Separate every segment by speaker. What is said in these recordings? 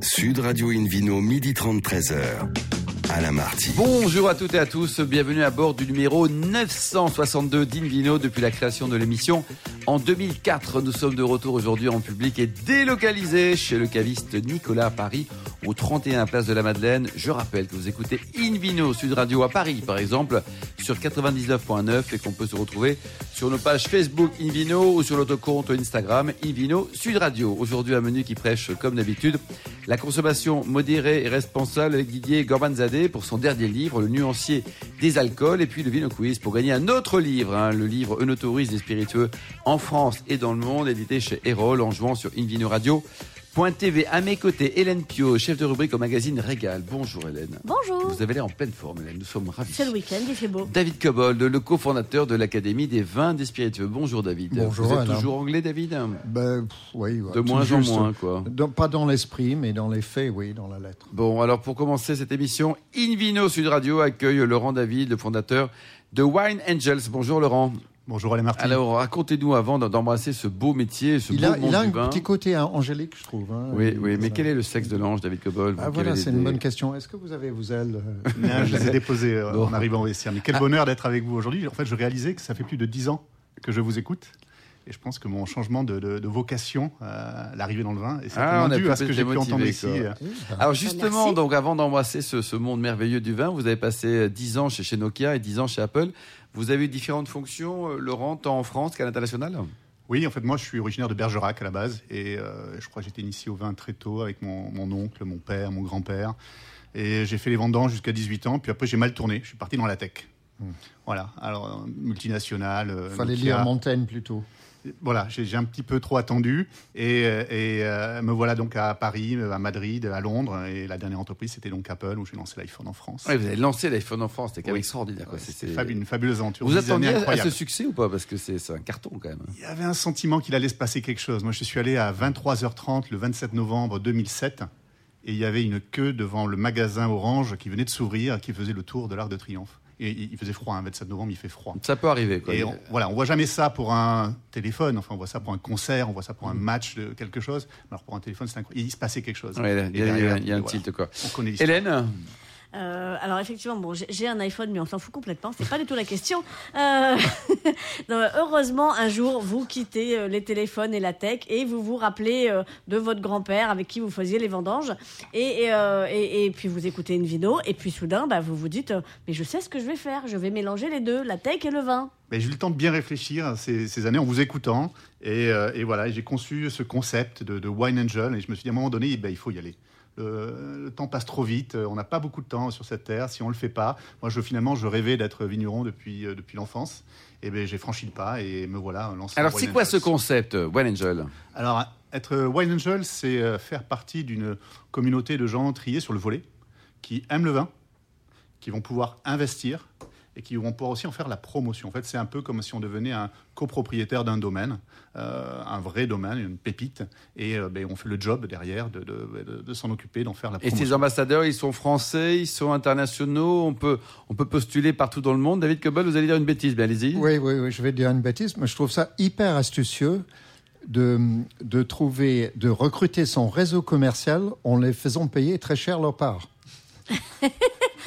Speaker 1: Sud Radio Invino, midi 30, 13h. Alain Marty.
Speaker 2: Bonjour à toutes et à tous, bienvenue à bord du numéro 962 d'Invino depuis la création de l'émission. En 2004, nous sommes de retour aujourd'hui en public et délocalisé chez le caviste Nicolas à Paris, au 31 Place de la Madeleine. Je rappelle que vous écoutez Invino Sud Radio à Paris, par exemple, sur 99.9 et qu'on peut se retrouver sur nos pages Facebook Invino ou sur notre compte Instagram Invino Sud Radio. Aujourd'hui, un menu qui prêche, comme d'habitude, la consommation modérée et responsable avec Didier Gorbanzadeh pour son dernier livre, Le nuancier des alcools, et puis le Vino Quiz pour gagner un autre livre, hein, le livre Unautorise des spiritueux en France et dans le monde, édité chez Erol en jouant sur Invino Radio. .tv. À mes côtés, Hélène Pio, chef de rubrique au magazine Régal. Bonjour Hélène.
Speaker 3: Bonjour.
Speaker 2: Vous avez l'air en pleine forme Hélène, nous sommes ravis.
Speaker 3: C'est le week-end, il fait beau.
Speaker 2: David Cobold, le cofondateur de l'Académie des vins des spiritueux. Bonjour David.
Speaker 4: Bonjour,
Speaker 2: Vous êtes
Speaker 4: Alain.
Speaker 2: toujours anglais David
Speaker 4: Ben, pff, oui, ouais,
Speaker 2: De
Speaker 4: tout
Speaker 2: moins en
Speaker 4: juste.
Speaker 2: moins, quoi.
Speaker 4: Dans- pas dans l'esprit, mais dans les faits, oui, dans la lettre.
Speaker 2: Bon, alors pour commencer cette émission, Invino Sud Radio accueille Laurent David, le fondateur de Wine Angels. Bonjour Laurent.
Speaker 5: Bonjour Alain Martin.
Speaker 2: Alors, racontez-nous avant d'embrasser ce beau métier, ce
Speaker 4: Il
Speaker 2: beau
Speaker 4: a,
Speaker 2: monde
Speaker 4: il a
Speaker 2: du
Speaker 4: un
Speaker 2: vin.
Speaker 4: petit côté hein, angélique, je trouve. hein.
Speaker 2: Oui, oui, mais
Speaker 4: Ça.
Speaker 2: quel est le sexe de l'ange, David Cobol
Speaker 4: Ah voilà, c'est une bonne question. Est-ce que vous avez vous elle euh,
Speaker 5: Non, je les ai déposés euh,
Speaker 2: Bon. Ah.
Speaker 5: en arrivant au vestiaire. Mais quel bonheur d'être avec vous aujourd'hui. En fait, je réalisais que ça fait plus de dix ans que je vous écoute. Et je pense que mon changement de, de- de vocation, euh, l'arrivée dans le vin,
Speaker 2: Ah,
Speaker 5: est certainement
Speaker 2: on a
Speaker 5: dû
Speaker 2: peut-être
Speaker 5: à ce que j'ai pu
Speaker 2: été
Speaker 5: entendre
Speaker 2: motivé,
Speaker 5: ici.
Speaker 2: quoi.
Speaker 5: euh,
Speaker 2: Alors justement,
Speaker 3: Merci.
Speaker 2: donc avant d'embrasser ce, ce monde merveilleux du vin, vous avez passé euh, 10 ans chez, chez Nokia et 10 ans chez Apple. Vous avez eu différentes fonctions, euh, Laurent, tant en France qu'à l'international
Speaker 5: Oui, en fait, moi, je suis originaire de Bergerac à la base, et euh, je crois que j'étais initié au vin très tôt avec mon, mon oncle, mon père, mon grand-père. Et j'ai fait les vendanges jusqu'à 18 ans, puis après, j'ai mal tourné. Je suis parti dans la tech.
Speaker 2: Hmm.
Speaker 5: Voilà, alors euh, multinationale. euh,
Speaker 4: Fallait
Speaker 5: Nokia.
Speaker 4: lire Montaigne plutôt.
Speaker 5: Voilà, j'ai j'ai un petit peu trop attendu et, euh, et, euh, me voilà donc à Paris, euh, à Madrid, à Londres et la dernière entreprise c'était donc Apple où j'ai lancé l'iPhone en France.
Speaker 2: Oui, Vous avez lancé l'iPhone en France, c'était quand même
Speaker 5: Oui.
Speaker 2: extraordinaire. quoi. C'est-
Speaker 5: C'était
Speaker 2: c'est-
Speaker 5: fabu- une fabuleuse aventure.
Speaker 2: Vous
Speaker 5: dix
Speaker 2: attendiez
Speaker 5: années
Speaker 2: à- à ce
Speaker 5: incroyables.
Speaker 2: succès ou pas Parce que c'est c'est un carton quand même.
Speaker 5: Il y avait un sentiment qu'il allait se passer quelque chose. Moi je suis allé à 23h30 le 27 novembre 2007 et il y avait une queue devant le magasin Orange qui venait de s'ouvrir qui faisait le tour de l'Arc de Triomphe. Et il il faisait froid, hein, 27 novembre il fait froid.
Speaker 2: Ça peut arriver. Quoi.
Speaker 5: Et on, voilà, on voit jamais ça pour un téléphone. Enfin, on voit ça pour un concert, on voit ça pour un
Speaker 2: Mm.
Speaker 5: match de quelque chose. Mais Alors pour un téléphone, c'est incroyable. Il se passait quelque chose.
Speaker 2: Ouais, là,
Speaker 5: Et
Speaker 2: il y a- il y a-
Speaker 5: derrière,
Speaker 2: il y a un
Speaker 5: voilà,
Speaker 2: tilt, quoi.
Speaker 5: On connaît l'histoire.
Speaker 2: Hélène
Speaker 3: Euh, alors effectivement, bon, j'ai- j'ai un iPhone, mais on s'en fout complètement. C'est pas du tout la question. Euh, non, heureusement, un jour, vous quittez euh, les téléphones et la tech et vous vous rappelez euh, de votre grand-père avec qui vous faisiez les vendanges. Et, et, euh, et- et puis vous écoutez une vidéo et puis soudain, bah, vous vous dites, euh, mais je sais ce que je vais faire. Je vais mélanger les deux, la tech et le vin.
Speaker 5: Mais j'ai eu le temps de bien réfléchir à ces, ces années en vous écoutant. Et, euh, et voilà, j'ai conçu ce concept de, de Wine Angel. Et je me suis dit, à un moment donné, eh ben, il faut y aller. Le, le temps passe trop vite. On n'a pas beaucoup de temps sur cette terre si on ne le fait pas. Moi, je, finalement, je rêvais d'être vigneron depuis, euh, depuis l'enfance. Et ben, j'ai franchi le pas et me voilà lancé.
Speaker 2: Alors
Speaker 5: Wine
Speaker 2: c'est quoi ce
Speaker 5: Angels.
Speaker 2: concept, euh, One Angel
Speaker 5: Alors, être Wine Angel, c'est euh, faire partie d'une communauté de gens triés sur le volet, qui aiment le vin, qui vont pouvoir investir et qui vont pouvoir aussi en faire la promotion. En fait, c'est un peu comme si on devenait un copropriétaire d'un domaine, euh, un vrai domaine, une pépite, et euh, ben, on fait le job derrière de, de- de- de s'en occuper, d'en faire la
Speaker 2: Et
Speaker 5: promotion.
Speaker 2: ces ambassadeurs, ils sont français, ils sont internationaux, on peut, on peut postuler partout dans le monde. David Cobol, vous allez dire une bêtise, mais allez-y.
Speaker 4: Oui, oui, oui, je vais dire une bêtise, mais je trouve ça hyper astucieux de, de trouver, de recruter son réseau commercial en les faisant payer très cher leur part.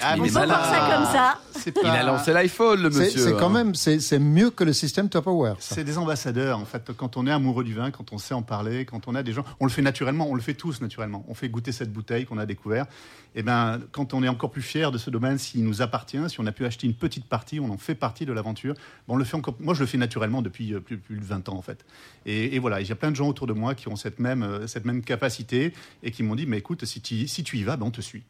Speaker 5: Ah,
Speaker 2: Il
Speaker 5: mais
Speaker 2: est
Speaker 5: c'est
Speaker 2: malin.
Speaker 5: pas-
Speaker 2: On sort ça
Speaker 3: comme ça.
Speaker 5: c'est
Speaker 2: Il
Speaker 5: pas-
Speaker 2: a lancé l'iPhone, le
Speaker 4: Bah, C'est
Speaker 2: monsieur.
Speaker 4: c'est quand
Speaker 2: hein.
Speaker 4: même, c'est c'est mieux que le système Tupperware. ça.
Speaker 5: C'est des ambassadeurs, en fait. Quand on est amoureux du vin, quand on sait en parler, quand on a des gens, on le fait naturellement, on le fait tous naturellement. On fait goûter cette bouteille qu'on a découvert. Et ben, quand on est encore plus fier de ce domaine, s'il nous appartient, si on a pu acheter une petite partie, on en fait partie de l'aventure. Ben, on le fait encore. Moi, je le fais naturellement depuis euh, plus, plus de 20 ans, en fait. Et, et voilà, Et j'ai plein de gens autour de moi qui ont cette même, euh, cette même capacité et qui m'ont dit, mais écoute, si tu, si tu y vas, ben, on te suit.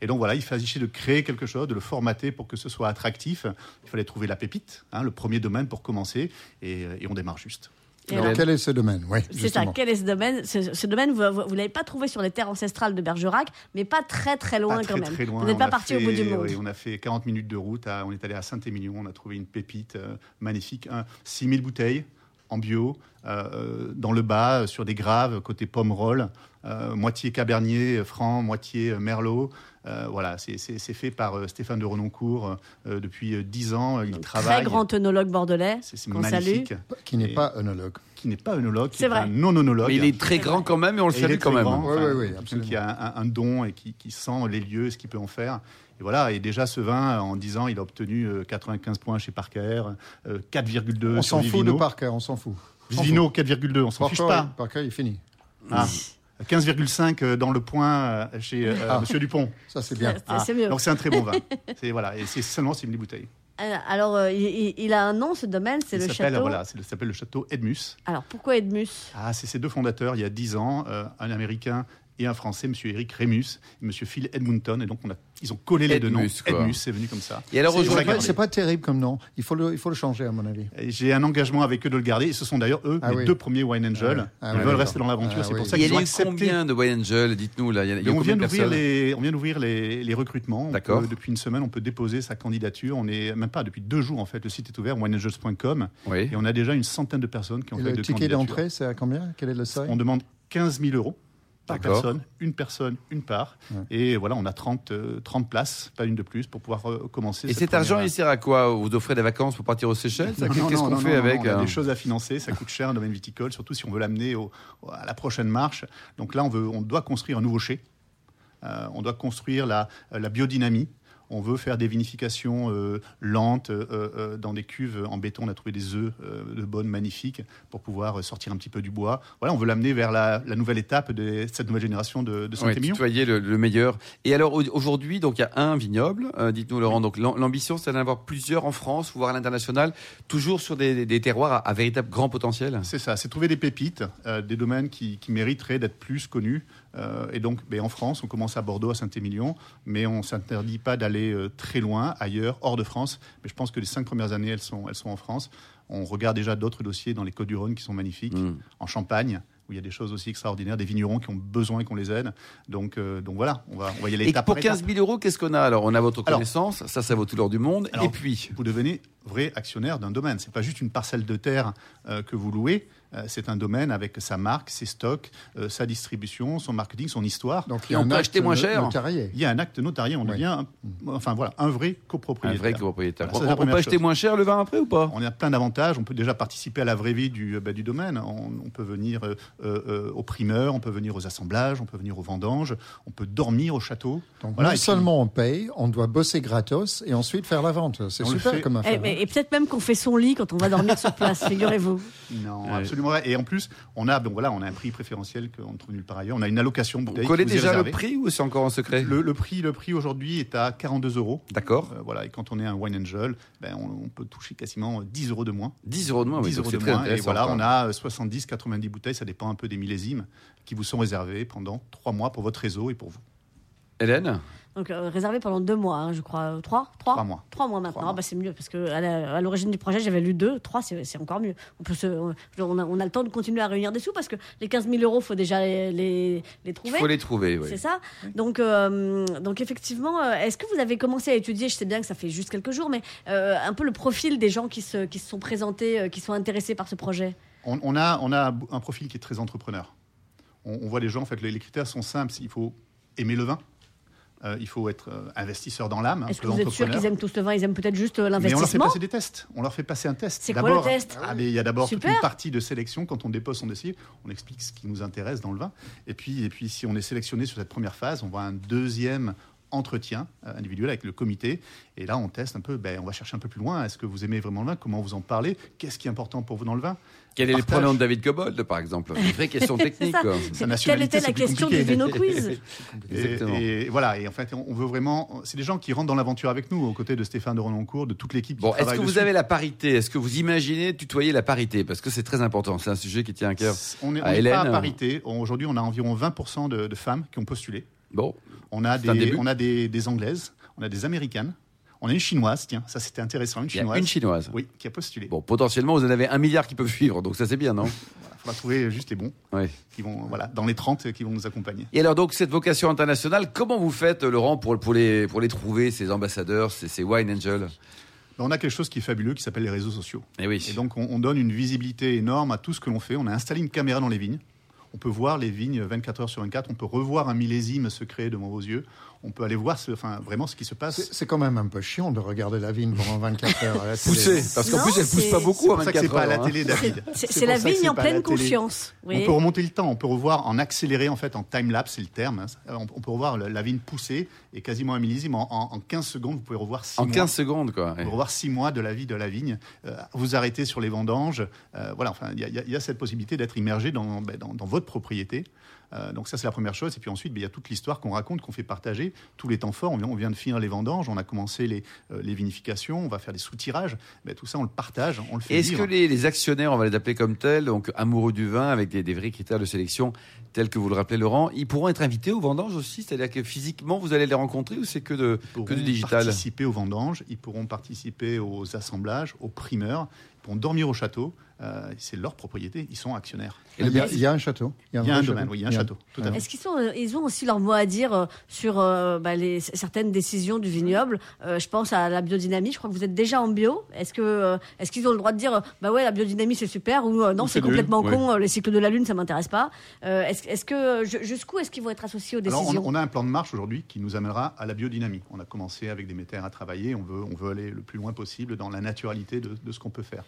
Speaker 5: Et donc voilà, il s'agissait de créer quelque chose, de le formater pour que ce soit attractif. Il fallait trouver la pépite, hein, le premier domaine pour commencer, et, euh, et on démarre juste.
Speaker 3: Et
Speaker 4: Alors,
Speaker 3: alors,
Speaker 4: quel est ce domaine Oui,
Speaker 3: C'est ça,
Speaker 4: justement.
Speaker 3: quel est ce domaine ce, ce domaine, vous ne l'avez pas trouvé sur les terres ancestrales de Bergerac, mais pas très très loin
Speaker 5: pas
Speaker 3: quand
Speaker 5: très,
Speaker 3: même.
Speaker 5: très loin.
Speaker 3: Vous n'êtes
Speaker 5: On
Speaker 3: pas
Speaker 5: a
Speaker 3: parti
Speaker 5: fait-
Speaker 3: au bout du monde.
Speaker 5: oui, on a fait 40 minutes de route, à- on est allé à Saint-Émilion, on a trouvé une pépite euh, magnifique, un- 6000 bouteilles en bio, euh, dans le bas, euh, sur des graves, côté pommerol, euh, moitié cabernet euh, franc, moitié euh, merlot, Euh, voilà, c'est- c'est c'est fait par euh, Stéphane de Renoncourt euh, depuis euh, 10 ans. Il travaille.
Speaker 3: Très grand œnologue bordelais
Speaker 5: C'est c'est
Speaker 3: qu'on salue.
Speaker 5: magnifique.
Speaker 4: qui n'est
Speaker 5: Et-
Speaker 4: pas œnologue.
Speaker 5: Qui n'est pas œnologue, qui
Speaker 3: C'est
Speaker 5: est,
Speaker 3: vrai.
Speaker 5: un non-œnologue.
Speaker 2: Mais il est très grand quand même et on le
Speaker 5: Et il
Speaker 2: salue
Speaker 5: est
Speaker 2: quand
Speaker 5: très
Speaker 2: même.
Speaker 5: grand,
Speaker 4: Ouais,
Speaker 5: enfin,
Speaker 4: ouais, ouais,
Speaker 5: quelqu'un
Speaker 4: absolument.
Speaker 5: qui a un, un don et qui, qui sent les lieux, ce qu'il peut en faire. Et voilà, et déjà ce vin, euh, en 10 ans, il a obtenu euh, 95 points chez Parker, euh, 4,2
Speaker 4: On
Speaker 5: sur
Speaker 4: s'en fout de
Speaker 5: Vivino.
Speaker 4: Parker, on s'en fout.
Speaker 5: Vivino, 4,2, on s'en
Speaker 4: Parker,
Speaker 5: fiche pas.
Speaker 4: Parker, il finit.
Speaker 5: Ah, 15,5 euh, dans le point euh, chez euh,
Speaker 4: Ah.
Speaker 5: Monsieur Dupont.
Speaker 4: Ça, c'est bien.
Speaker 3: Ah, c'est mieux.
Speaker 5: Donc c'est un très bon vin. C'est voilà, et c'est seulement c'est une bouteille.
Speaker 3: Euh, Alors, euh, il, il- il a un nom, ce domaine, c'est
Speaker 5: Il
Speaker 3: le
Speaker 5: s'appelle
Speaker 3: château.
Speaker 5: voilà, c'est le- ça s'appelle le château Edmus.
Speaker 3: Alors, pourquoi Edmus
Speaker 5: Ah, c'est ces deux fondateurs il y a 10 ans, euh, un américain et un français, Monsieur Eric Remus, et Monsieur Phil Edmonton, et donc on a, ils ont collé les deux noms.
Speaker 2: Edmus, quoi.
Speaker 5: Edmus, c'est venu comme ça.
Speaker 2: Et alors,
Speaker 5: C'est-
Speaker 4: C'est
Speaker 5: je la
Speaker 2: aujourd'hui,
Speaker 4: pas,
Speaker 5: garde.
Speaker 4: c'est pas terrible comme nom. Il faut le, il faut le changer, à mon avis.
Speaker 5: Et J'ai un engagement avec eux de le garder. Et ce sont d'ailleurs eux
Speaker 4: Ah
Speaker 5: les
Speaker 4: oui.
Speaker 5: deux premiers Wine Angel.
Speaker 4: Ah oui. Ah
Speaker 5: Ils
Speaker 4: oui,
Speaker 5: veulent
Speaker 4: d'accord.
Speaker 5: rester dans l'aventure.
Speaker 4: Ah
Speaker 5: c'est pour
Speaker 4: oui.
Speaker 5: ça
Speaker 2: il y
Speaker 5: qu'ils
Speaker 2: en
Speaker 5: ont
Speaker 2: a eu
Speaker 5: accepté.
Speaker 2: combien de Wine Angel Dites-nous là. Il y en a- il y a
Speaker 5: on
Speaker 2: combien
Speaker 5: vient
Speaker 2: de
Speaker 5: d'ouvrir
Speaker 2: personnes
Speaker 5: les, on vient d'ouvrir les, les recrutements. On
Speaker 2: D'accord.
Speaker 5: peut- depuis une semaine, on peut déposer sa candidature. On est même pas depuis deux jours en fait. Le site est ouvert wineangels.com
Speaker 2: Oui.
Speaker 5: et on a déjà une centaine de personnes qui ont
Speaker 4: Et
Speaker 5: fait
Speaker 4: le
Speaker 5: de
Speaker 4: ticket
Speaker 5: candidature.
Speaker 4: d'entrée, c'est à combien Quel est le seuil
Speaker 5: On demande 15 000 euros par
Speaker 2: D'accord.
Speaker 5: personne, une personne, une part. Et voilà, on a 30, euh, 30 places, pas une de plus, pour pouvoir euh, commencer.
Speaker 2: Et
Speaker 5: cette
Speaker 2: cet argent,
Speaker 5: première-
Speaker 2: il sert à quoi Vous offrez des vacances pour partir aux Seychelles ça
Speaker 5: Non, non,
Speaker 2: Qu'est-ce
Speaker 5: non,
Speaker 2: qu'on
Speaker 5: non,
Speaker 2: fait
Speaker 5: non,
Speaker 2: avec
Speaker 5: On a
Speaker 2: hein
Speaker 5: des choses à financer, ça coûte cher un domaine viticole, surtout si on veut l'amener au- au- à la prochaine marche. Donc là, on, veut, on doit construire un nouveau chai, Euh, on doit construire la, la biodynamie. On veut faire des vinifications euh, lentes euh, euh, dans des cuves en béton. On a trouvé des œufs euh, de bonnes, magnifiques, pour pouvoir sortir un petit peu du bois. Voilà, on veut l'amener vers la, la nouvelle étape de cette nouvelle génération de, de
Speaker 2: Ouais,
Speaker 5: Saint-Émilion.
Speaker 2: tutoyer le, le meilleur. Et alors au- aujourd'hui, donc il y a un vignoble. euh, Dites-nous Laurent. Donc l'am- l'ambition, c'est d'en avoir plusieurs en France, voire à l'international, toujours sur des, des- des terroirs à, à véritable grand potentiel.
Speaker 5: C'est ça, c'est trouver des pépites, euh, des domaines qui, qui mériteraient d'être plus connus. Euh, et donc, ben, en France, on commence à Bordeaux, à Saint-Émilion, mais on ne s'interdit pas d'aller euh, très loin, ailleurs, hors de France. Mais je pense que les cinq premières années, elles sont, elles sont en France. On regarde déjà d'autres dossiers dans les Côtes-du-Rhône qui sont magnifiques,
Speaker 2: Mm.
Speaker 5: en Champagne, où il y a des choses aussi extraordinaires, des vignerons qui ont besoin qu'on les aide. Donc, euh, donc voilà, on va, on va y aller
Speaker 2: Et
Speaker 5: étape
Speaker 2: pour
Speaker 5: par étape.
Speaker 2: 15 000 euros, qu'est-ce qu'on a Alors on a votre
Speaker 5: Alors-
Speaker 2: connaissance, ça, ça vaut tout l'or du monde.
Speaker 5: Alors-
Speaker 2: Et puis,
Speaker 5: vous devenez vrai actionnaire d'un domaine. C'est pas juste une parcelle de terre euh, que vous louez. euh, c'est un domaine avec sa marque, ses stocks, euh, sa distribution, son marketing, son histoire.
Speaker 4: Donc,
Speaker 2: Et on
Speaker 4: un
Speaker 2: peut
Speaker 4: acte
Speaker 2: acheter moins
Speaker 4: no-
Speaker 2: cher.
Speaker 4: notarié.
Speaker 5: Il y a un acte notarié. On
Speaker 4: Oui.
Speaker 5: devient, un- enfin voilà, un
Speaker 2: Mm.
Speaker 5: vrai
Speaker 2: un
Speaker 5: copropriétaire.
Speaker 2: vrai propriétaire.
Speaker 5: Voilà, ça, c'est la
Speaker 2: on peut
Speaker 5: première
Speaker 2: acheter
Speaker 5: chose.
Speaker 2: moins cher le vin après ou pas
Speaker 5: On a plein d'avantages. On peut déjà participer à la vraie vie du, euh, bah, du domaine. On, on peut venir euh, euh, euh, aux primeurs, on peut venir aux assemblages, on peut venir aux vendanges, on peut dormir au château.
Speaker 4: Donc,
Speaker 5: Voilà,
Speaker 4: non
Speaker 5: et puis-
Speaker 4: seulement on paye, on doit bosser gratos et ensuite faire la vente. C'est
Speaker 5: On le
Speaker 4: super
Speaker 5: fait.
Speaker 4: comme
Speaker 3: Eh,
Speaker 4: affaire.
Speaker 3: mais- Et, peut-être même qu'on fait son lit quand on va dormir sur place, figurez-vous.
Speaker 5: Non,
Speaker 2: Ouais.
Speaker 5: absolument vrai. Et en plus, on a, bon, voilà, on a un prix préférentiel qu'on ne trouve nulle part ailleurs. On a une allocation
Speaker 2: Vous
Speaker 5: bouteille.
Speaker 2: collez
Speaker 5: qui vous est
Speaker 2: déjà le
Speaker 5: réservée.
Speaker 2: prix ou c'est encore en secret
Speaker 5: Le, le prix, le prix aujourd'hui est à 42 euros.
Speaker 2: D'accord.
Speaker 5: Euh, voilà, et quand on est un wine angel, ben, on, on peut toucher quasiment 10 euros de moins.
Speaker 2: 10 euros de moins, Ah oui,
Speaker 5: 10
Speaker 2: donc
Speaker 5: euros
Speaker 2: c'est
Speaker 5: de
Speaker 2: très
Speaker 5: moins, et
Speaker 2: intéressant.
Speaker 5: voilà,
Speaker 2: quoi.
Speaker 5: on a 70, 90 bouteilles, ça dépend un peu des millésimes, qui vous sont réservées pendant 3 mois pour votre réseau et pour vous.
Speaker 2: Hélène
Speaker 3: Donc, euh, réservé pendant deux mois, hein, je crois. Euh, Trois Trois
Speaker 5: Trois mois.
Speaker 3: Trois mois maintenant.
Speaker 5: Trois
Speaker 3: Ah, bah, c'est mieux, parce que à la- à l'origine du projet, j'avais lu deux. Trois, c'est c'est encore mieux. On, peut se, on, on a, on a le temps de continuer à réunir des sous, parce que les 15 000 euros, faut déjà les, les, les
Speaker 2: Il
Speaker 3: trouver.
Speaker 2: faut les trouver. oui.
Speaker 3: C'est ça. Donc, euh, donc effectivement, euh, est-ce que vous avez commencé à étudier Je sais bien que ça fait juste quelques jours, mais euh, un peu le profil des gens qui se, qui se sont présentés, euh, qui sont intéressés par ce projet.
Speaker 5: On, on a, on a un profil qui est très entrepreneur. On, on voit les gens, en fait, les, les critères sont simples. Il faut aimer le vin, Euh, il faut être euh, investisseur dans l'âme, un
Speaker 3: Est-ce que
Speaker 5: peu
Speaker 3: vous êtes sûr
Speaker 5: entrepreneur.
Speaker 3: qu'ils aiment tous le vin Ils aiment peut-être juste euh,
Speaker 5: Mais on leur fait
Speaker 3: l'investissement
Speaker 5: passer des tests. On leur fait passer un test.
Speaker 3: C'est quoi le
Speaker 5: D'abord-
Speaker 3: test
Speaker 5: Ah, mais Il y a d'abord toute
Speaker 3: Super.
Speaker 5: une partie de sélection. Quand on dépose son dossier, on explique ce qui nous intéresse dans le vin. Et puis, et puis si on est sélectionné sur cette première phase, on voit un deuxième entretien euh, individuel avec le comité. Et là, on teste un peu, ben, on va chercher un peu plus loin. Est-ce que vous aimez vraiment le vin Comment vous en parlez Qu'est-ce qui est important pour vous dans le vin
Speaker 2: Quel est le
Speaker 5: Partage.
Speaker 2: pronom de David Gobold, par exemple C'est une vraie question
Speaker 3: C'est
Speaker 2: technique.
Speaker 3: ça.
Speaker 2: quoi.
Speaker 5: Sa
Speaker 3: Quelle
Speaker 5: nationalité,
Speaker 3: était la
Speaker 5: c'est plus
Speaker 3: question du
Speaker 5: compliqué.
Speaker 3: Vino Quiz
Speaker 5: Et-
Speaker 2: Exactement.
Speaker 5: Et, voilà, et en fait, on on veut vraiment... C'est des gens qui rentrent dans l'aventure avec nous, aux côtés de Stéphane de Renoncourt, de toute l'équipe qui
Speaker 2: Bon, est-ce
Speaker 5: travaille
Speaker 2: que vous
Speaker 5: dessus.
Speaker 2: avez la parité Est-ce que vous imaginez tutoyer la parité Parce que c'est très important, c'est un sujet qui tient à cœur.
Speaker 5: On n'est
Speaker 2: à Ah, Hélène euh,
Speaker 5: pas à parité. On- Aujourd'hui, on a environ 20% de, de femmes qui ont postulé.
Speaker 2: Bon,
Speaker 5: On a,
Speaker 2: C'est un
Speaker 5: des,
Speaker 2: début.
Speaker 5: on a des, des Anglaises, on a des Américaines, on a une Chinoise, tiens, ça c'était intéressant, une
Speaker 2: il y a
Speaker 5: Chinoise.
Speaker 2: une chinoise.
Speaker 5: Oui, qui a postulé.
Speaker 2: Bon, potentiellement, vous en avez un milliard qui peuvent suivre, donc ça c'est bien, non
Speaker 5: Il faudra trouver juste les bons,
Speaker 2: Oui.
Speaker 5: qui vont, voilà, dans les 30 qui vont nous accompagner.
Speaker 2: Et alors donc cette vocation internationale, comment vous faites, Laurent, pour, pour, les, pour les trouver, ces ambassadeurs, ces, ces wine angels
Speaker 5: On a quelque chose qui est fabuleux qui s'appelle les réseaux sociaux.
Speaker 2: Eh oui.
Speaker 5: Et donc, on, on donne une visibilité énorme à tout ce que l'on fait. On a installé une caméra dans les vignes. On peut voir les vignes 24 heures sur 24. On peut revoir un millésime se créer devant vos yeux. On peut aller voir ce, enfin, vraiment ce qui se passe.
Speaker 4: hein. C'est c'est quand même un peu chiant de regarder la vigne pendant 24 heures. à la télé.
Speaker 2: Pousser, parce qu'en
Speaker 3: Non,
Speaker 2: plus elle pousse
Speaker 3: c'est-
Speaker 2: pas beaucoup à
Speaker 5: C'est pour ça que c'est
Speaker 2: 24
Speaker 5: pas à la
Speaker 2: heures, hein.
Speaker 5: télé, David.
Speaker 3: C'est
Speaker 5: C'est
Speaker 3: c'est la
Speaker 5: pour ça que c'est
Speaker 3: vigne en
Speaker 5: pas à la
Speaker 3: pleine
Speaker 5: télé.
Speaker 3: confiance. vous
Speaker 5: On
Speaker 3: voyez.
Speaker 5: peut remonter le temps, on peut revoir en accéléré, en fait, en time-lapse, c'est le terme. hein. On on peut revoir le- la vigne pousser et quasiment un millésime. En, en- en 15 secondes, vous pouvez revoir 6
Speaker 2: hein. En
Speaker 5: mois.
Speaker 2: 15 secondes, quoi.
Speaker 5: vous pouvez revoir six mois de la vie de la vigne, euh, vous arrêter sur les vendanges. euh, voilà, enfin, il y, a- il y a- il y a cette possibilité d'être immergé dans, ben, dans- dans votre propriété. Euh, donc ça, c'est la première chose. Et puis ensuite, ben, il y a toute l'histoire qu'on raconte, qu'on fait partager, tous les temps forts. On vient, on vient de finir les vendanges, on a commencé les, euh, les vinifications, on va faire des sous-tirages. Ben, tout ça, on le partage, on le fait
Speaker 2: Est-ce que
Speaker 5: vivre.
Speaker 2: les, les actionnaires, on va les appeler comme tels, donc amoureux du vin, avec des, des vrais critères de sélection, tels que vous le rappelez Laurent, ils pourront être invités aux vendanges aussi C'est-à-dire que physiquement, vous allez les rencontrer ou c'est que, de,
Speaker 5: pourront
Speaker 2: que du digital
Speaker 5: participer aux vendanges, ils pourront participer aux assemblages, aux primeurs, ils pourront dormir au château. Euh, c'est leur propriété, ils sont actionnaires.
Speaker 4: Il y, a, il y a un château.
Speaker 5: Il y a un
Speaker 4: vrai
Speaker 5: domaine, oui, il y a un château, tout à fait.
Speaker 3: Est-ce qu'ils sont, euh, ils ont aussi leur mot à dire euh, sur euh, bah, les, certaines décisions du vignoble Euh, Je pense à la biodynamie. Je crois que vous êtes déjà en bio. Est-ce que, euh, est-ce qu'ils ont le droit de dire, euh, bah ouais, la biodynamie c'est super ou euh, non,
Speaker 5: Ou
Speaker 3: c'est
Speaker 5: c'est nul,
Speaker 3: complètement
Speaker 2: ouais.
Speaker 3: con, euh, les cycles de la lune ça m'intéresse pas. Euh, est-ce, est-ce que euh, ju- jusqu'où est-ce qu'ils vont être associés aux
Speaker 5: Alors, on,
Speaker 3: décisions
Speaker 5: on a un plan de marche aujourd'hui qui nous amènera à la biodynamie. On a commencé avec des métères à travailler. On veut, on veut aller le plus loin possible dans la naturalité de, de ce qu'on peut faire.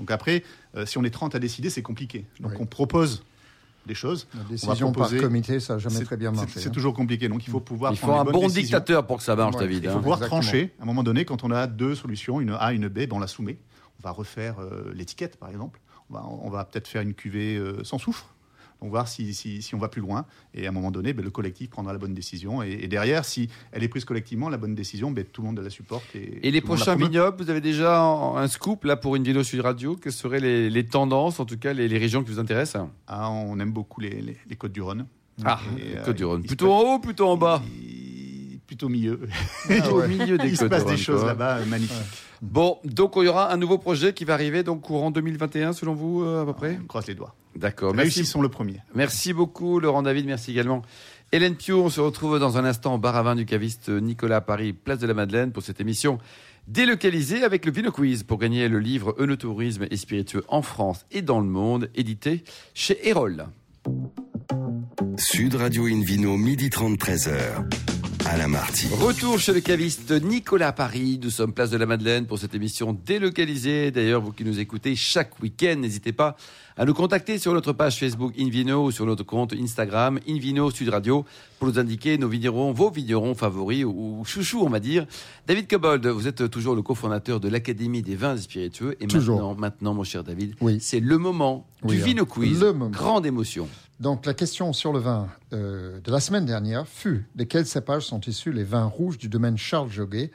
Speaker 5: Donc après, euh, si on est 30 à décider, c'est compliqué. Donc
Speaker 4: Oui.
Speaker 5: on propose des choses.
Speaker 4: La
Speaker 5: On va
Speaker 4: décision par
Speaker 5: proposer-
Speaker 4: comité, ça n'a jamais
Speaker 5: C'est-
Speaker 4: très bien
Speaker 5: c'est-
Speaker 4: marché.
Speaker 5: C'est
Speaker 4: hein.
Speaker 5: toujours compliqué. Donc il faut pouvoir
Speaker 2: Il faut
Speaker 5: prendre
Speaker 2: un
Speaker 5: les
Speaker 2: bon
Speaker 5: bonnes décisions.
Speaker 2: dictateur pour que ça marche,
Speaker 4: Ouais,
Speaker 2: David.
Speaker 4: il
Speaker 2: hein.
Speaker 4: faut
Speaker 5: faut pouvoir
Speaker 4: Exactement.
Speaker 5: trancher. À un moment donné, quand on a deux solutions, une A et une B, ben on la soumet. On va refaire euh, l'étiquette, par exemple. On va, on va peut-être faire une cuvée euh, sans soufre. On va voir si, si- si on va plus loin. Et à un moment donné, ben, le collectif prendra la bonne décision. Et, et derrière, si elle est prise collectivement, la bonne décision, ben, tout le monde la supporte. Et,
Speaker 2: Et les
Speaker 5: tout le monde la
Speaker 2: prochains
Speaker 5: promeut.
Speaker 2: vignobles, vous avez déjà en- un scoop là pour une vidéo sur Radio Quelles seraient les, les tendances, en tout cas les, les régions qui vous intéressent
Speaker 5: Ah, On aime beaucoup les, les- les Côtes-du-Rhône.
Speaker 2: Ah,
Speaker 5: Et, euh,
Speaker 2: Côte-du-Rhône.
Speaker 5: il se
Speaker 2: Plutôt en haut, plutôt en bas
Speaker 5: Et- Plutôt au milieu.
Speaker 4: Ah
Speaker 2: Au
Speaker 4: ouais.
Speaker 2: milieu des
Speaker 5: Il se passe
Speaker 2: Côtes-du-Rhône,
Speaker 5: des choses
Speaker 2: quoi.
Speaker 5: là-bas euh, magnifiques.
Speaker 2: Bon, donc il y aura un nouveau projet qui va arriver donc courant 2021 selon vous euh, à peu près
Speaker 5: On croise les doigts.
Speaker 2: D'accord. Merci
Speaker 5: Réussissons le premier.
Speaker 2: Merci beaucoup, Laurent David. Merci également. Hélène Pio, on se retrouve dans un instant au bar à vin du caviste Nicolas à Paris, place de la Madeleine, pour cette émission délocalisée avec le Vino Quiz pour gagner le livre Œnotourisme et spiritueux en France et dans le monde, édité chez Erol.
Speaker 1: Sud Radio Invino, midi 30, 13h. Alain Marty.
Speaker 2: Retour chez le caviste Nicolas à Paris. Nous sommes place de la Madeleine pour cette émission délocalisée. D'ailleurs, vous qui nous écoutez chaque week-end, n'hésitez pas à nous contacter sur notre page Facebook Invino ou sur notre compte Instagram Invino Sud Radio pour nous indiquer nos vignerons, vos vignerons favoris ou chouchous, on va dire. David Cobold, vous êtes toujours le cofondateur de l'Académie des vins et spiritueux. Et
Speaker 4: Toujours.
Speaker 2: maintenant, maintenant, mon cher David,
Speaker 4: Oui.
Speaker 2: c'est le moment
Speaker 4: Oui,
Speaker 2: du
Speaker 4: hein.
Speaker 2: Vino Quiz.
Speaker 4: Le moment. Ah,
Speaker 2: Grande émotion.
Speaker 4: Donc, la question sur le vin euh, de la semaine dernière fut de quels cépages sont issus les vins rouges du domaine Charles Joguet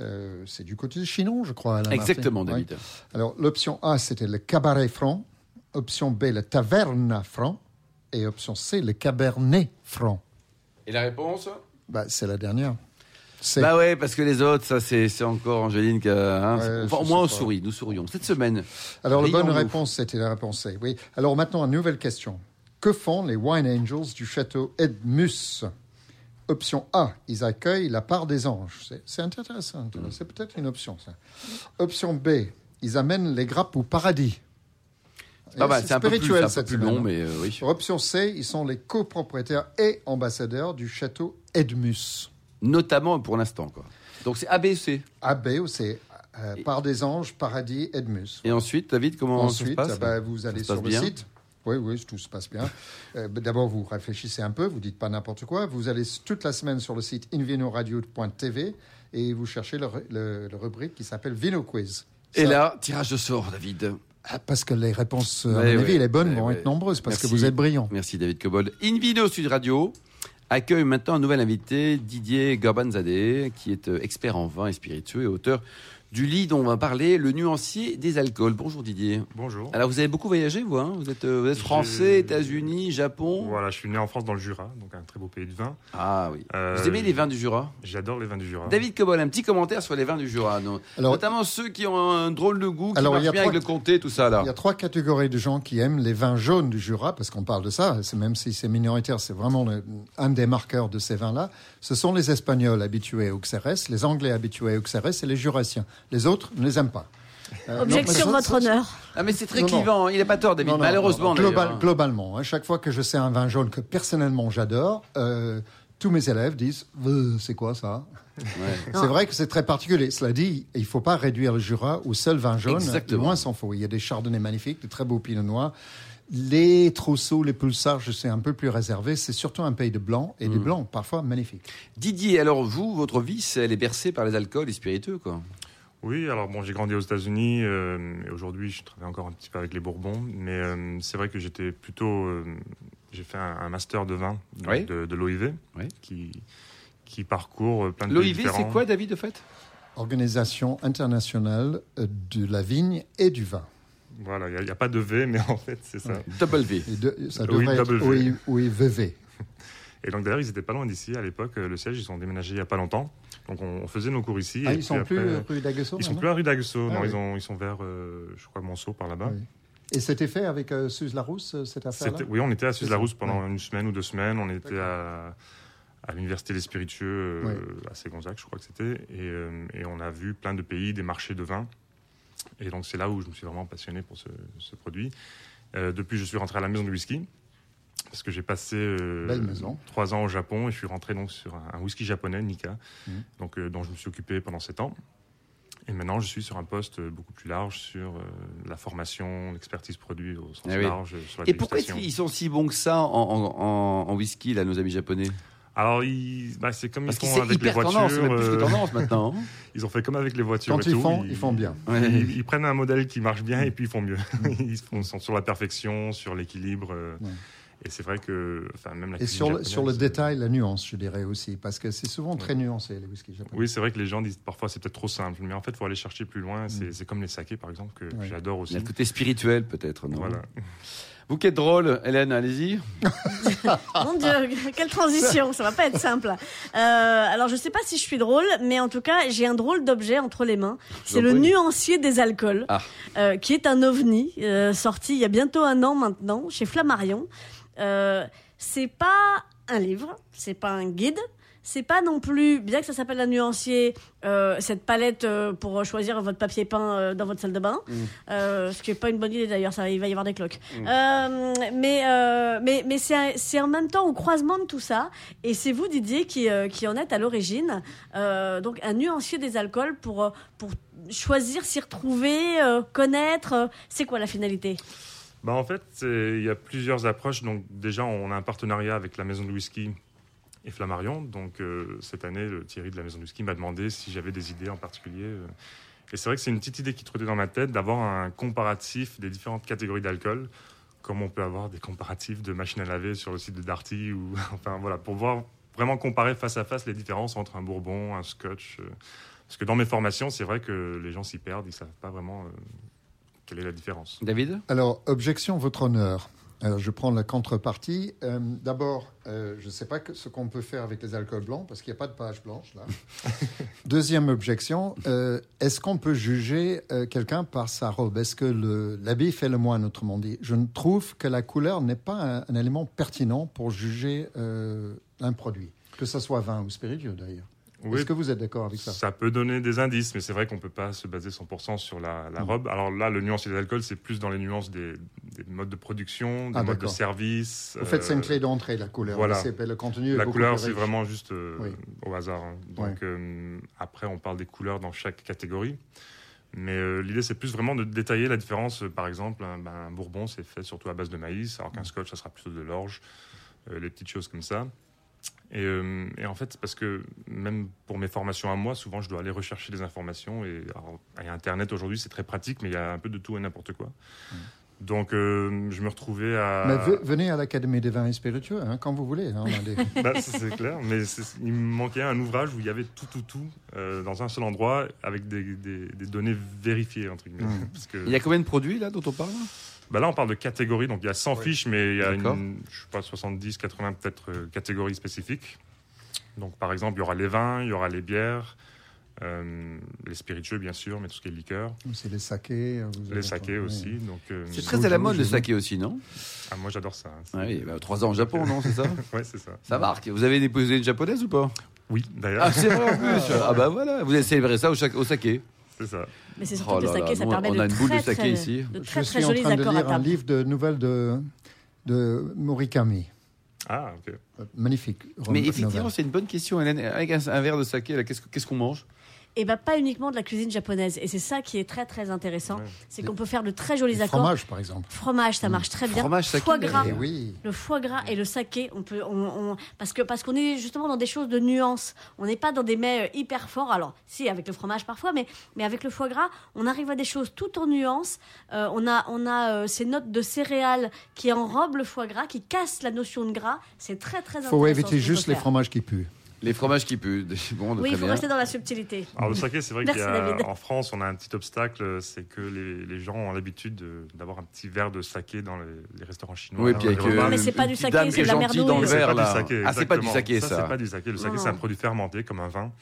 Speaker 4: Euh, C'est du côté de Chinon, je crois. Alain Martin.
Speaker 2: Exactement,
Speaker 4: Ouais.
Speaker 2: David.
Speaker 4: Alors, l'option A, c'était le cabaret franc. Option B, le taverne franc. Et option C, le cabernet franc.
Speaker 2: Et la réponse
Speaker 4: Bah, c'est la dernière. C'est
Speaker 2: Bah ouais, parce que les autres, ça c'est c'est encore Angéline qui a. hein,
Speaker 4: Ouais,
Speaker 2: c'est- enfin,
Speaker 4: je
Speaker 2: au
Speaker 4: sais
Speaker 2: moins on
Speaker 4: pas.
Speaker 2: sourit, nous sourions. Cette semaine.
Speaker 4: Alors, la bonne
Speaker 2: rions-nous.
Speaker 4: réponse, c'était la réponse C. Oui. Alors, maintenant, une nouvelle question. Que font les Wine Angels du château Edmus Option A, ils accueillent la part des anges. C'est- C'est intéressant. tu vois.
Speaker 2: Mm.
Speaker 4: C'est peut-être une option, ça. Option B, ils amènent les grappes au paradis.
Speaker 2: C'est Pas
Speaker 4: Et
Speaker 2: mal, c'est un peu plus,
Speaker 4: spirituel,
Speaker 2: c'est un peu
Speaker 4: cette
Speaker 2: plus
Speaker 4: semaine.
Speaker 2: long, mais euh, oui.
Speaker 4: Option C, ils sont les copropriétaires et ambassadeurs du château Edmus.
Speaker 2: Notamment pour l'instant, quoi. Donc c'est ABC.
Speaker 4: A, B, ou C, euh, part des anges, paradis, Edmus.
Speaker 2: Et ensuite, David, comment
Speaker 4: Ensuite,
Speaker 2: ça se passe
Speaker 4: bah, vous allez
Speaker 2: se passe
Speaker 4: sur le
Speaker 2: bien
Speaker 4: site. Oui, oui, tout se passe bien. Euh, bah, D'abord, vous réfléchissez un peu, vous dites pas n'importe quoi. Vous allez s- toute la semaine sur le site invinoradio.tv et vous cherchez le, ru- le- le rubrique qui s'appelle Vino Quiz.
Speaker 2: Et
Speaker 4: Ça-
Speaker 2: là, tirage de sort, David.
Speaker 4: Ah, Parce que les réponses, euh, à
Speaker 2: Ouais,
Speaker 4: mon
Speaker 2: ouais.
Speaker 4: avis, les bonnes
Speaker 2: Ouais,
Speaker 4: vont
Speaker 2: ouais.
Speaker 4: être nombreuses parce que
Speaker 2: Merci.
Speaker 4: vous êtes brillants.
Speaker 2: Merci, David Cobold. Invino Sud Radio accueille maintenant un nouvel invité, Didier Gorbanzadeh, qui est euh, expert en vin et spiritueux et auteur du lit dont on va parler, le nuancier des alcools. Bonjour Didier.
Speaker 6: Bonjour.
Speaker 2: Alors vous avez beaucoup voyagé, vous, hein vous, êtes, euh, vous êtes français,
Speaker 6: Je-
Speaker 2: États-Unis, Japon.
Speaker 6: Voilà, je suis né en France dans le Jura, donc un très beau pays de vin.
Speaker 2: Ah oui.
Speaker 6: Euh, Hein
Speaker 2: Vous aimez les vins du Jura
Speaker 6: J'adore les vins du Jura.
Speaker 2: David Cobol, un petit commentaire sur les vins du Jura, non
Speaker 4: Alors,
Speaker 2: notamment ceux qui ont un drôle de goût, qui
Speaker 4: Alors, il y
Speaker 2: marchent
Speaker 4: a
Speaker 2: bien
Speaker 4: trois-
Speaker 2: avec le comté, tout ça là.
Speaker 4: Il y a trois catégories de gens qui aiment les vins jaunes du Jura, parce qu'on parle de ça, c'est même si c'est minoritaire, c'est vraiment le- un des marqueurs de ces vins-là. Ce sont les Espagnols habitués aux Xérès, les Anglais habitués aux Xérès et les Jurassiens. Les autres ne les aiment pas. Euh,
Speaker 3: Objection,
Speaker 4: non, mais-
Speaker 3: votre honneur.
Speaker 2: Ah, mais c'est très
Speaker 4: Non, non.
Speaker 2: clivant. Il n'a pas tort, David,
Speaker 4: Non, non,
Speaker 2: malheureusement.
Speaker 4: non, non.
Speaker 2: d'ailleurs. hein.
Speaker 4: Global- globalement, à chaque fois que je sais un vin jaune que personnellement j'adore, euh, tous mes élèves disent Euh, c'est quoi ça
Speaker 2: Ouais.
Speaker 4: C'est vrai que c'est très particulier. Cela dit, il ne faut pas réduire le Jura au seul vin jaune.
Speaker 2: Exactement.
Speaker 4: Loin s'en faut. Il y a des chardonnays magnifiques, de très beaux pinots noirs. Les trousseaux, les pulsars, je sais, un peu plus réservé. C'est surtout un pays de blancs et des
Speaker 2: Mm.
Speaker 4: blancs parfois magnifiques.
Speaker 2: hein. Didier, alors vous, votre vice, elle est bercée par les alcools et spiritueux, quoi.
Speaker 6: Oui, alors bon, j'ai grandi aux États-Unis euh, et aujourd'hui je travaille encore un petit peu avec les Bourbons, mais euh, c'est vrai que j'étais plutôt. euh, j'ai fait un, un master de vin donc
Speaker 2: Oui.
Speaker 6: de, de l'OIV
Speaker 2: Oui.
Speaker 6: qui, qui parcourt euh, plein de pays
Speaker 2: L'OIV,
Speaker 6: différents.
Speaker 2: c'est quoi, David, de fait
Speaker 4: Organisation internationale euh, de la vigne et du vin.
Speaker 6: Voilà, il n'y a, pas de V, mais en fait c'est ça.
Speaker 2: Double V.
Speaker 4: Et de- ça
Speaker 6: Oui,
Speaker 4: devrait être
Speaker 6: W.
Speaker 4: OIVV.
Speaker 6: Et donc d'ailleurs, ils n'étaient pas loin d'ici à l'époque. euh, Le siège, ils ont déménagé il n'y a pas longtemps. Donc on, on faisait nos cours ici.
Speaker 4: Ah,
Speaker 6: et
Speaker 4: ils
Speaker 6: puis
Speaker 4: sont plus
Speaker 6: après-
Speaker 4: euh, rue d'Aguesseau
Speaker 6: Ils sont
Speaker 4: maintenant
Speaker 6: plus à rue d'Aguesseau.
Speaker 4: Ah
Speaker 6: non,
Speaker 4: oui.
Speaker 6: ils, ont- ils sont vers, euh, je crois, Monceau, par là-bas.
Speaker 4: Oui. Et c'était fait avec euh, Suze Larousse, euh, cette affaire-là
Speaker 6: C'était- Oui, on était à
Speaker 4: C'est
Speaker 6: Suze Larousse
Speaker 4: ça,
Speaker 6: pendant une semaine ou deux semaines. On était à, à l'Université des Spiritueux, euh, à Ségonzac, je crois que c'était. Et, euh, et on a vu plein de pays, des marchés de vin. Et donc, c'est là où je me suis vraiment passionné pour ce, ce produit. Euh, depuis, je suis rentré à la maison du whisky. Parce que j'ai passé euh,
Speaker 4: Belle maison.
Speaker 6: trois ans au Japon et je suis rentré donc sur un, un whisky japonais, Nika,
Speaker 4: Mhm.
Speaker 6: donc, euh, dont je me suis occupé pendant sept ans. Et maintenant, je suis sur un poste euh, beaucoup plus large sur euh, la formation, l'expertise produit au sens
Speaker 2: Ah oui.
Speaker 6: large. euh, Sur la
Speaker 2: Et pourquoi
Speaker 6: dégustation.
Speaker 2: ils sont si bons que ça en, en- en- en whisky, là, nos amis japonais
Speaker 6: Alors, ils- bah, c'est comme
Speaker 2: Parce
Speaker 6: ils
Speaker 2: qu'ils
Speaker 6: font
Speaker 2: c'est
Speaker 6: avec les
Speaker 2: hyper
Speaker 6: voitures.
Speaker 2: tendance, c'est même plus que
Speaker 6: euh,
Speaker 2: tendance maintenant. hein.
Speaker 6: ils ont fait comme avec les voitures.
Speaker 4: Quand
Speaker 6: et
Speaker 4: ils
Speaker 6: tout,
Speaker 4: font, ils font bien. Mm.
Speaker 2: Ouais.
Speaker 6: Ils, ils prennent un modèle qui marche bien et puis ils font mieux. ils font- sont sur la perfection, sur l'équilibre. euh,
Speaker 4: Ouais.
Speaker 6: Et c'est vrai que, enfin, même la
Speaker 4: Et
Speaker 6: cuisine
Speaker 4: sur le,
Speaker 6: japonaise, euh,
Speaker 4: sur le
Speaker 6: c'est-
Speaker 4: détail, la nuance, je dirais aussi, parce que c'est souvent très nuancé, les whisky japonais.
Speaker 6: Oui, c'est vrai que les gens disent parfois c'est peut-être trop simple, mais en fait, il faut aller chercher plus loin. C'est c'est comme les sakés, par exemple, que
Speaker 4: Mm. Ouais.
Speaker 6: j'adore
Speaker 2: Il y
Speaker 6: aussi.
Speaker 2: a le côté spirituel, peut-être. non
Speaker 6: Voilà.
Speaker 2: Vous qui êtes drôle, Hélène, allez-y.
Speaker 3: Mon Dieu, quelle transition, ça va pas être simple. Euh, alors je sais pas si je suis drôle, mais en tout cas j'ai un drôle d'objet entre les mains.
Speaker 2: Je
Speaker 3: C'est
Speaker 2: vous
Speaker 3: le
Speaker 2: en prie.
Speaker 3: nuancier des alcools,
Speaker 2: Ah.
Speaker 3: euh, qui est un ovni euh, sorti il y a bientôt un an maintenant chez Flammarion. Euh, c'est pas un livre, c'est pas un guide. C'est pas non plus, bien que ça s'appelle un nuancier, euh, cette palette euh, pour choisir votre papier peint euh, dans votre salle de bain,
Speaker 2: Mm.
Speaker 3: Euh, ce qui est pas une bonne idée d'ailleurs, ça il va y avoir des cloques.
Speaker 2: Mm.
Speaker 3: Euh, mais euh, mais mais c'est un- c'est en même temps au croisement de tout ça, et c'est vous Didier qui euh, qui en êtes à l'origine, Euh, donc un nuancier des alcools pour euh, pour choisir, s'y retrouver, euh, connaître. euh, c'est quoi la finalité
Speaker 6: Bah, en fait, c'est- il y a plusieurs approches. Donc, déjà, on a un partenariat avec la maison de whisky et Flammarion. Donc, euh, cette année, le Thierry de la maison de whisky m'a demandé si j'avais des idées en particulier. euh. Et c'est vrai que c'est une petite idée qui trottait dans ma tête d'avoir un comparatif des différentes catégories d'alcool, comme on peut avoir des comparatifs de machines à laver sur le site de Darty, ou enfin voilà, pour voir vraiment comparer face à face les différences entre un bourbon, un scotch. euh. Parce que dans mes formations, c'est vrai que les gens s'y perdent, ils savent pas vraiment euh, quelle est la différence.
Speaker 2: David
Speaker 4: Alors, objection, votre honneur. Alors, je prends la contrepartie. Euh, D'abord, euh, je ne sais pas que- ce qu'on peut faire avec les alcools blancs, parce qu'il n'y a pas de page blanche, là. Deuxième objection, euh, est-ce qu'on peut juger euh, quelqu'un par sa robe Est-ce que le- l'habit fait le moine, autrement dit Je ne trouve que la couleur n'est pas un, un élément pertinent pour juger euh, un produit, que ce soit vin ou spiritueux, d'ailleurs.
Speaker 6: Oui, Euh,
Speaker 4: Est-ce que vous êtes d'accord avec ça
Speaker 6: Ça peut donner des indices, mais c'est vrai qu'on ne peut pas se baser 100% sur la, la
Speaker 4: Mm.
Speaker 6: robe. Alors là, le nuancier des alcools, c'est plus dans les nuances des, des modes de production, des
Speaker 4: Ah,
Speaker 6: modes de
Speaker 4: d'accord.
Speaker 6: service.
Speaker 4: En fait, c'est une
Speaker 6: euh,
Speaker 4: clé d'entrée, la couleur.
Speaker 6: voilà.
Speaker 4: mais c'est- Le contenu est
Speaker 6: La
Speaker 4: beaucoup
Speaker 6: couleur,
Speaker 4: plus
Speaker 6: c'est
Speaker 4: riche.
Speaker 6: vraiment juste euh,
Speaker 4: Oui.
Speaker 6: au hasard. hein. Donc euh, après, on parle des couleurs dans chaque catégorie. Mais euh, l'idée, c'est plus vraiment de détailler la différence. Euh, Par exemple, un, ben, un bourbon, c'est fait surtout à base de maïs, alors
Speaker 4: Mm.
Speaker 6: qu'un scotch, ça sera plutôt de l'orge, euh, les petites choses comme ça. Et, euh, et en fait, c'est parce que même pour mes formations à moi, souvent, je dois aller rechercher des informations. Et, alors, et Internet, aujourd'hui, c'est très pratique, mais il y a un peu de tout et n'importe quoi. Donc, euh, je me retrouvais à...
Speaker 4: Mm. Mais ve- venez à l'Académie des vins et spiritueux hein, quand vous voulez. hein, on a des-
Speaker 6: Bah, ça, c'est clair, mais c'est- il me manquait un ouvrage où il y avait tout, tout, tout euh, dans un seul endroit avec des, des- des données vérifiées, entre guillemets.
Speaker 4: Mm.
Speaker 6: Parce que,
Speaker 2: Mmh. Il y a combien de produits, là, dont on parle
Speaker 6: bah là, on parle de catégories, donc il y a 100
Speaker 4: Ouais.
Speaker 6: fiches, mais il y a
Speaker 2: D'accord.
Speaker 6: une, je sais pas, 70, 80 peut-être euh, catégories spécifiques. Donc par exemple, il y aura les vins, il y aura les bières, euh, les spiritueux, bien sûr, mais tout ce qui est liqueur,
Speaker 4: C'est les sakés. euh, vous avez-
Speaker 6: les sakés
Speaker 4: oui.
Speaker 6: aussi. Donc, euh,
Speaker 2: C'est très à la mode, le saké aussi, non
Speaker 6: ah, moi, j'adore ça. hein.
Speaker 2: Ah Oui, bah, trois ans au Japon, non, c'est ça
Speaker 6: Ouais, c'est ça.
Speaker 2: Ça marque. Vous avez déposé une japonaise ou pas
Speaker 6: Oui, d'ailleurs.
Speaker 2: Ah, c'est vrai en plus Ah bah voilà, vous avez célébré ça au, cha- au saké.
Speaker 6: C'est ça.
Speaker 3: Mais c'est surtout
Speaker 2: Oh
Speaker 3: le
Speaker 2: là là,
Speaker 3: saké, ça
Speaker 2: nous,
Speaker 3: permet
Speaker 2: on
Speaker 3: de
Speaker 2: a une
Speaker 3: très,
Speaker 2: boule de
Speaker 3: très,
Speaker 2: saké ici.
Speaker 3: de
Speaker 4: Je
Speaker 3: très,
Speaker 4: suis
Speaker 3: très
Speaker 4: en
Speaker 3: jolis
Speaker 4: train de
Speaker 3: accords à
Speaker 4: lire un
Speaker 3: table.
Speaker 4: livre de nouvelles de, de Morikami. Euh,
Speaker 6: Ah, ok.
Speaker 4: Magnifique. rom-
Speaker 2: Mais effectivement,
Speaker 4: nouvelle.
Speaker 2: c'est une bonne question, Hélène. Avec un, un verre de saké, là, qu'est-ce que- qu'est-ce qu'on mange
Speaker 3: Et bah pas uniquement de la cuisine japonaise. Et c'est ça qui est très très intéressant,
Speaker 6: Ouais.
Speaker 3: c'est qu'on peut faire de très jolis
Speaker 4: Le
Speaker 3: accords.
Speaker 4: fromage, par exemple.
Speaker 3: Fromage,
Speaker 4: Mmh.
Speaker 3: ça marche très bien.
Speaker 2: Fromage, saké,
Speaker 3: foie
Speaker 2: mais-
Speaker 3: gras.
Speaker 4: Eh oui.
Speaker 3: Le foie gras et le saké, on peut, on, on- parce que parce qu'on est justement dans des choses de nuance. On n'est pas dans des mets euh, hyper forts. Alors, si avec le fromage parfois, mais mais avec le foie gras, on arrive à des choses tout en nuance. Euh, on a on a euh, ces notes de céréales qui enrobent le foie gras, qui cassent la notion de gras. C'est très très
Speaker 4: Il
Speaker 3: intéressant.
Speaker 4: faut
Speaker 3: ce qu'on
Speaker 4: éviter juste
Speaker 3: peut
Speaker 4: les
Speaker 3: faire.
Speaker 4: fromages qui puent.
Speaker 2: Les fromages qui puent. Bon,
Speaker 3: Oui,
Speaker 2: très
Speaker 3: il faut
Speaker 2: bien. Ah.
Speaker 3: rester dans la subtilité.
Speaker 6: Alors le saké, c'est vrai
Speaker 3: Merci, David.
Speaker 6: qu'en France, on a un petit obstacle, c'est que les, les gens ont l'habitude de- d'avoir un petit verre de saké dans les, les restaurants chinois.
Speaker 2: Oui,
Speaker 6: Hein,
Speaker 2: puis
Speaker 6: dans
Speaker 2: avec
Speaker 6: les repas.
Speaker 2: euh,
Speaker 3: mais c'est pas
Speaker 2: une
Speaker 3: du
Speaker 2: petite
Speaker 3: saké,
Speaker 2: dame
Speaker 3: c'est
Speaker 2: qui est
Speaker 3: de la
Speaker 2: gentille dans
Speaker 3: merdouille.
Speaker 2: le
Speaker 6: C'est
Speaker 2: verre,
Speaker 6: pas du
Speaker 2: là.
Speaker 6: saké,
Speaker 2: Ah, c'est pas du
Speaker 6: exactement.
Speaker 2: saké,
Speaker 6: C'est
Speaker 2: ça.
Speaker 6: pas du saké. Le saké,
Speaker 3: Non.
Speaker 6: c'est un produit fermenté comme un vin.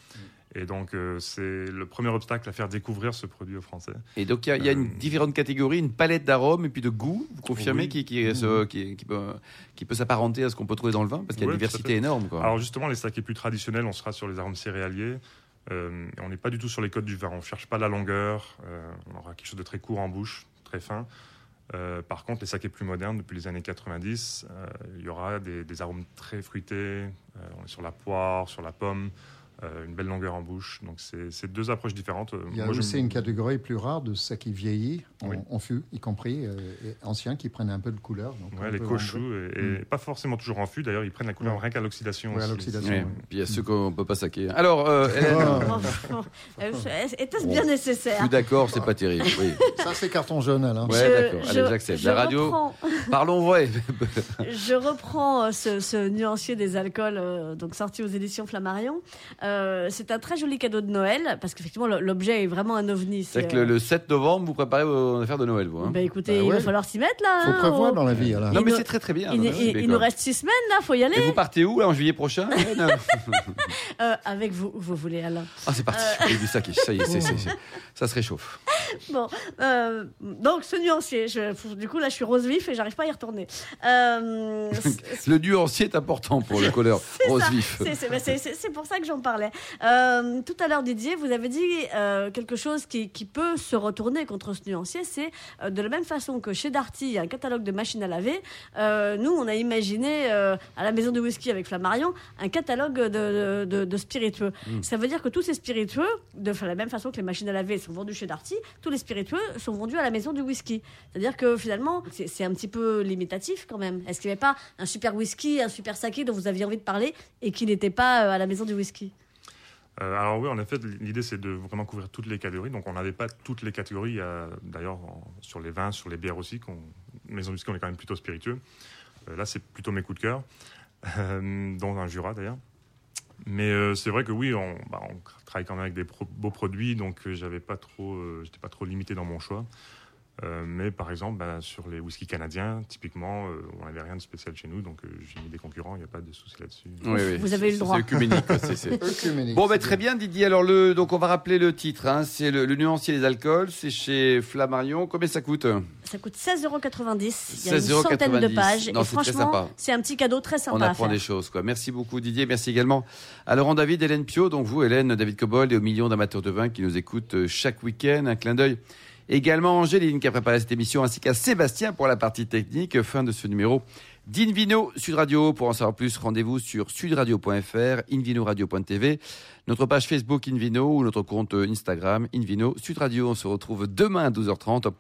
Speaker 6: Et donc, euh, c'est le premier obstacle à faire découvrir ce produit aux Français.
Speaker 2: Et donc, il y a, il y a une
Speaker 6: Euh,
Speaker 2: différentes catégories, une palette d'arômes et puis de goûts, vous confirmez,
Speaker 6: Oui.
Speaker 2: qui, qui, se- qui- qui peut, qui peut s'apparenter à ce qu'on peut trouver dans le vin, parce qu'il y a
Speaker 6: Ouais,
Speaker 2: une
Speaker 6: tout à
Speaker 2: diversité
Speaker 6: fait.
Speaker 2: énorme. Quoi.
Speaker 6: Alors justement, les sakés plus traditionnels, on sera sur les arômes céréaliers. Euh, et on n'est pas du tout sur les codes du vin. On cherche pas la longueur. Euh, on aura quelque chose de très court en bouche, très fin. Euh, par contre, les sakés plus modernes, depuis les années 90, euh, il y aura des, des arômes très fruités. Euh, on est sur la poire, sur la pomme, euh, une belle longueur en bouche. Donc, c'est c'est deux approches différentes. Euh,
Speaker 4: Il y a
Speaker 6: moi, je-
Speaker 4: aussi une catégorie plus rare de ça qui vieillit, en,
Speaker 6: Oui.
Speaker 4: en fût, y compris euh, et anciens qui prennent un peu de couleur. donc
Speaker 6: Ouais,
Speaker 4: on
Speaker 6: les
Speaker 4: peut
Speaker 6: cochous,
Speaker 4: rendre-
Speaker 6: et, et pas forcément toujours en fût. D'ailleurs, ils prennent la couleur
Speaker 4: Ouais.
Speaker 6: rien qu'à l'oxydation.
Speaker 4: Ouais, à
Speaker 6: aussi.
Speaker 4: l'oxydation,
Speaker 2: Ouais.
Speaker 4: ouais.
Speaker 2: Puis il y a ceux qu'on peut pas saquer. Alors, euh, Hélène,
Speaker 4: Ah,
Speaker 3: Euh, Était-ce bien
Speaker 2: je
Speaker 3: nécessaire
Speaker 2: suis d'accord, c'est pas terrible. Oui.
Speaker 4: ça, c'est carton jaune, Alain.
Speaker 2: Ouais,
Speaker 3: Je-
Speaker 2: d'accord. Allez,
Speaker 3: je-
Speaker 2: j'accepte.
Speaker 3: je
Speaker 2: La radio.
Speaker 3: reprends-
Speaker 2: Parlons vrai.
Speaker 3: je reprends euh, ce, ce nuancier des alcools, euh, donc sorti aux éditions Flammarion. Euh, c'est un très joli cadeau de Noël, parce qu'effectivement, le- l'objet est vraiment un ovni.
Speaker 2: C'est que
Speaker 3: euh,
Speaker 2: le, le 7 novembre, vous préparez vos affaires de Noël, vous. hein.
Speaker 3: Bah écoutez,
Speaker 4: Bah
Speaker 3: il va
Speaker 4: ouais.
Speaker 3: falloir s'y mettre là.
Speaker 4: faut
Speaker 3: hein,
Speaker 4: prévoir hein,
Speaker 3: oh.
Speaker 4: dans la vie, Alain.
Speaker 2: non, mais
Speaker 3: nous-
Speaker 2: c'est très très bien.
Speaker 3: Il,
Speaker 2: non,
Speaker 3: il-
Speaker 2: mais
Speaker 3: il
Speaker 2: quoi.
Speaker 3: nous reste six semaines là, faut y aller.
Speaker 2: Et vous partez où, là, en juillet prochain Hélène
Speaker 3: Euh, avec vous, vous voulez Alain.
Speaker 2: Ah, c'est parti.
Speaker 3: Euh.
Speaker 2: Il dit ça, qui- ça y est, c'est- c'est- c'est- ça se réchauffe.
Speaker 3: Bon, euh, donc ce nuancier, je- du coup là je suis rose vif et j'arrive pas à y retourner. Euh,
Speaker 2: Le nuancier est important pour le couleur rose
Speaker 3: ça,
Speaker 2: vif.
Speaker 3: C'est- c'est- bah, C'est c'est- c'est pour ça que j'en parlais. Euh, tout à l'heure, Didier, vous avez dit euh, quelque chose qui, qui peut se retourner contre ce nuancier. C'est euh, de la même façon que chez Darty, il y a un catalogue de machines à laver. euh, nous, on a imaginé euh, à la maison de whisky avec Flammarion un catalogue de, de- de spiritueux. Ça veut dire que tous ces spiritueux, de la même façon que les machines à laver sont vendues chez Darty, tous les spiritueux sont vendus à la maison du whisky. C'est-à-dire que finalement, c'est c'est un petit peu limitatif quand même. Est-ce qu'il n'y avait pas un super whisky, un super saké dont vous aviez envie de parler et qui n'était pas euh, à la maison du whisky
Speaker 6: Euh, alors oui, en effet, l'idée c'est de vraiment couvrir toutes les catégories. Donc on n'avait pas toutes les catégories. Il y a, D'ailleurs, en- sur les vins, sur les bières aussi, qu'on, maison du whisky, on est quand même plutôt spiritueux. Euh, là, c'est plutôt mes coups de cœur, euh, dont un Jura d'ailleurs. Mais euh, c'est vrai que oui, on, bah, on travaille quand même avec des pro- beaux produits, donc euh, j'avais pas trop, euh, j'étais pas trop limité dans mon choix. Euh, mais par exemple, bah, sur les whisky canadiens, typiquement, euh, on n'avait rien de spécial chez nous, donc euh, j'ai mis des concurrents. Il n'y a pas de souci là-dessus.
Speaker 2: Oui, oui,
Speaker 3: Vous
Speaker 2: c'est-
Speaker 3: avez eu le
Speaker 2: c'est-
Speaker 3: droit.
Speaker 2: C'est œcuménique, quoi, c'est- c'est-
Speaker 4: Œcuménique,
Speaker 2: Bon, ben,
Speaker 4: c'est
Speaker 2: très bien, Didier. Alors, le, donc, on va rappeler le titre. hein. C'est le, le nuancier des alcools. C'est chez Flammarion. Combien ça coûte
Speaker 3: Ça coûte 16,90€. Il y a une centaine de
Speaker 2: 16,90.
Speaker 3: pages.
Speaker 2: Non,
Speaker 3: et
Speaker 2: c'est très sympa.
Speaker 3: franchement, c'est un petit cadeau très sympa
Speaker 2: On
Speaker 3: à
Speaker 2: apprend
Speaker 3: faire.
Speaker 2: des choses, quoi. Merci beaucoup, Didier. Merci également à Laurent David, Hélène Pio, donc vous, Hélène, David Cobold et aux millions d'amateurs de vin qui nous écoutent euh, chaque week-end. Un clin d'œil également à Angéline qui a préparé cette émission, ainsi qu'à Sébastien pour la partie technique. Fin de ce numéro d'Invino Sud Radio. Pour en savoir plus, rendez-vous sur sudradio.fr, invinoradio.tv, notre page Facebook Invino ou notre compte euh, Instagram Invino Sud Radio. On se retrouve demain à 12h30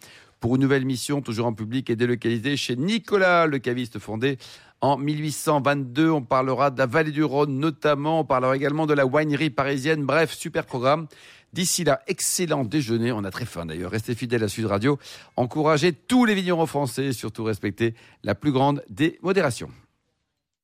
Speaker 2: pour une nouvelle mission, toujours en public et délocalisée chez Nicolas, le caviste fondé en 1822. On parlera de la vallée du Rhône notamment, on parlera également de la winerie parisienne. Bref, super programme. D'ici là, excellent déjeuner. On a très faim d'ailleurs. Restez fidèles à Sud Radio. Encouragez tous les vignerons français et surtout respectez la plus grande des modérations.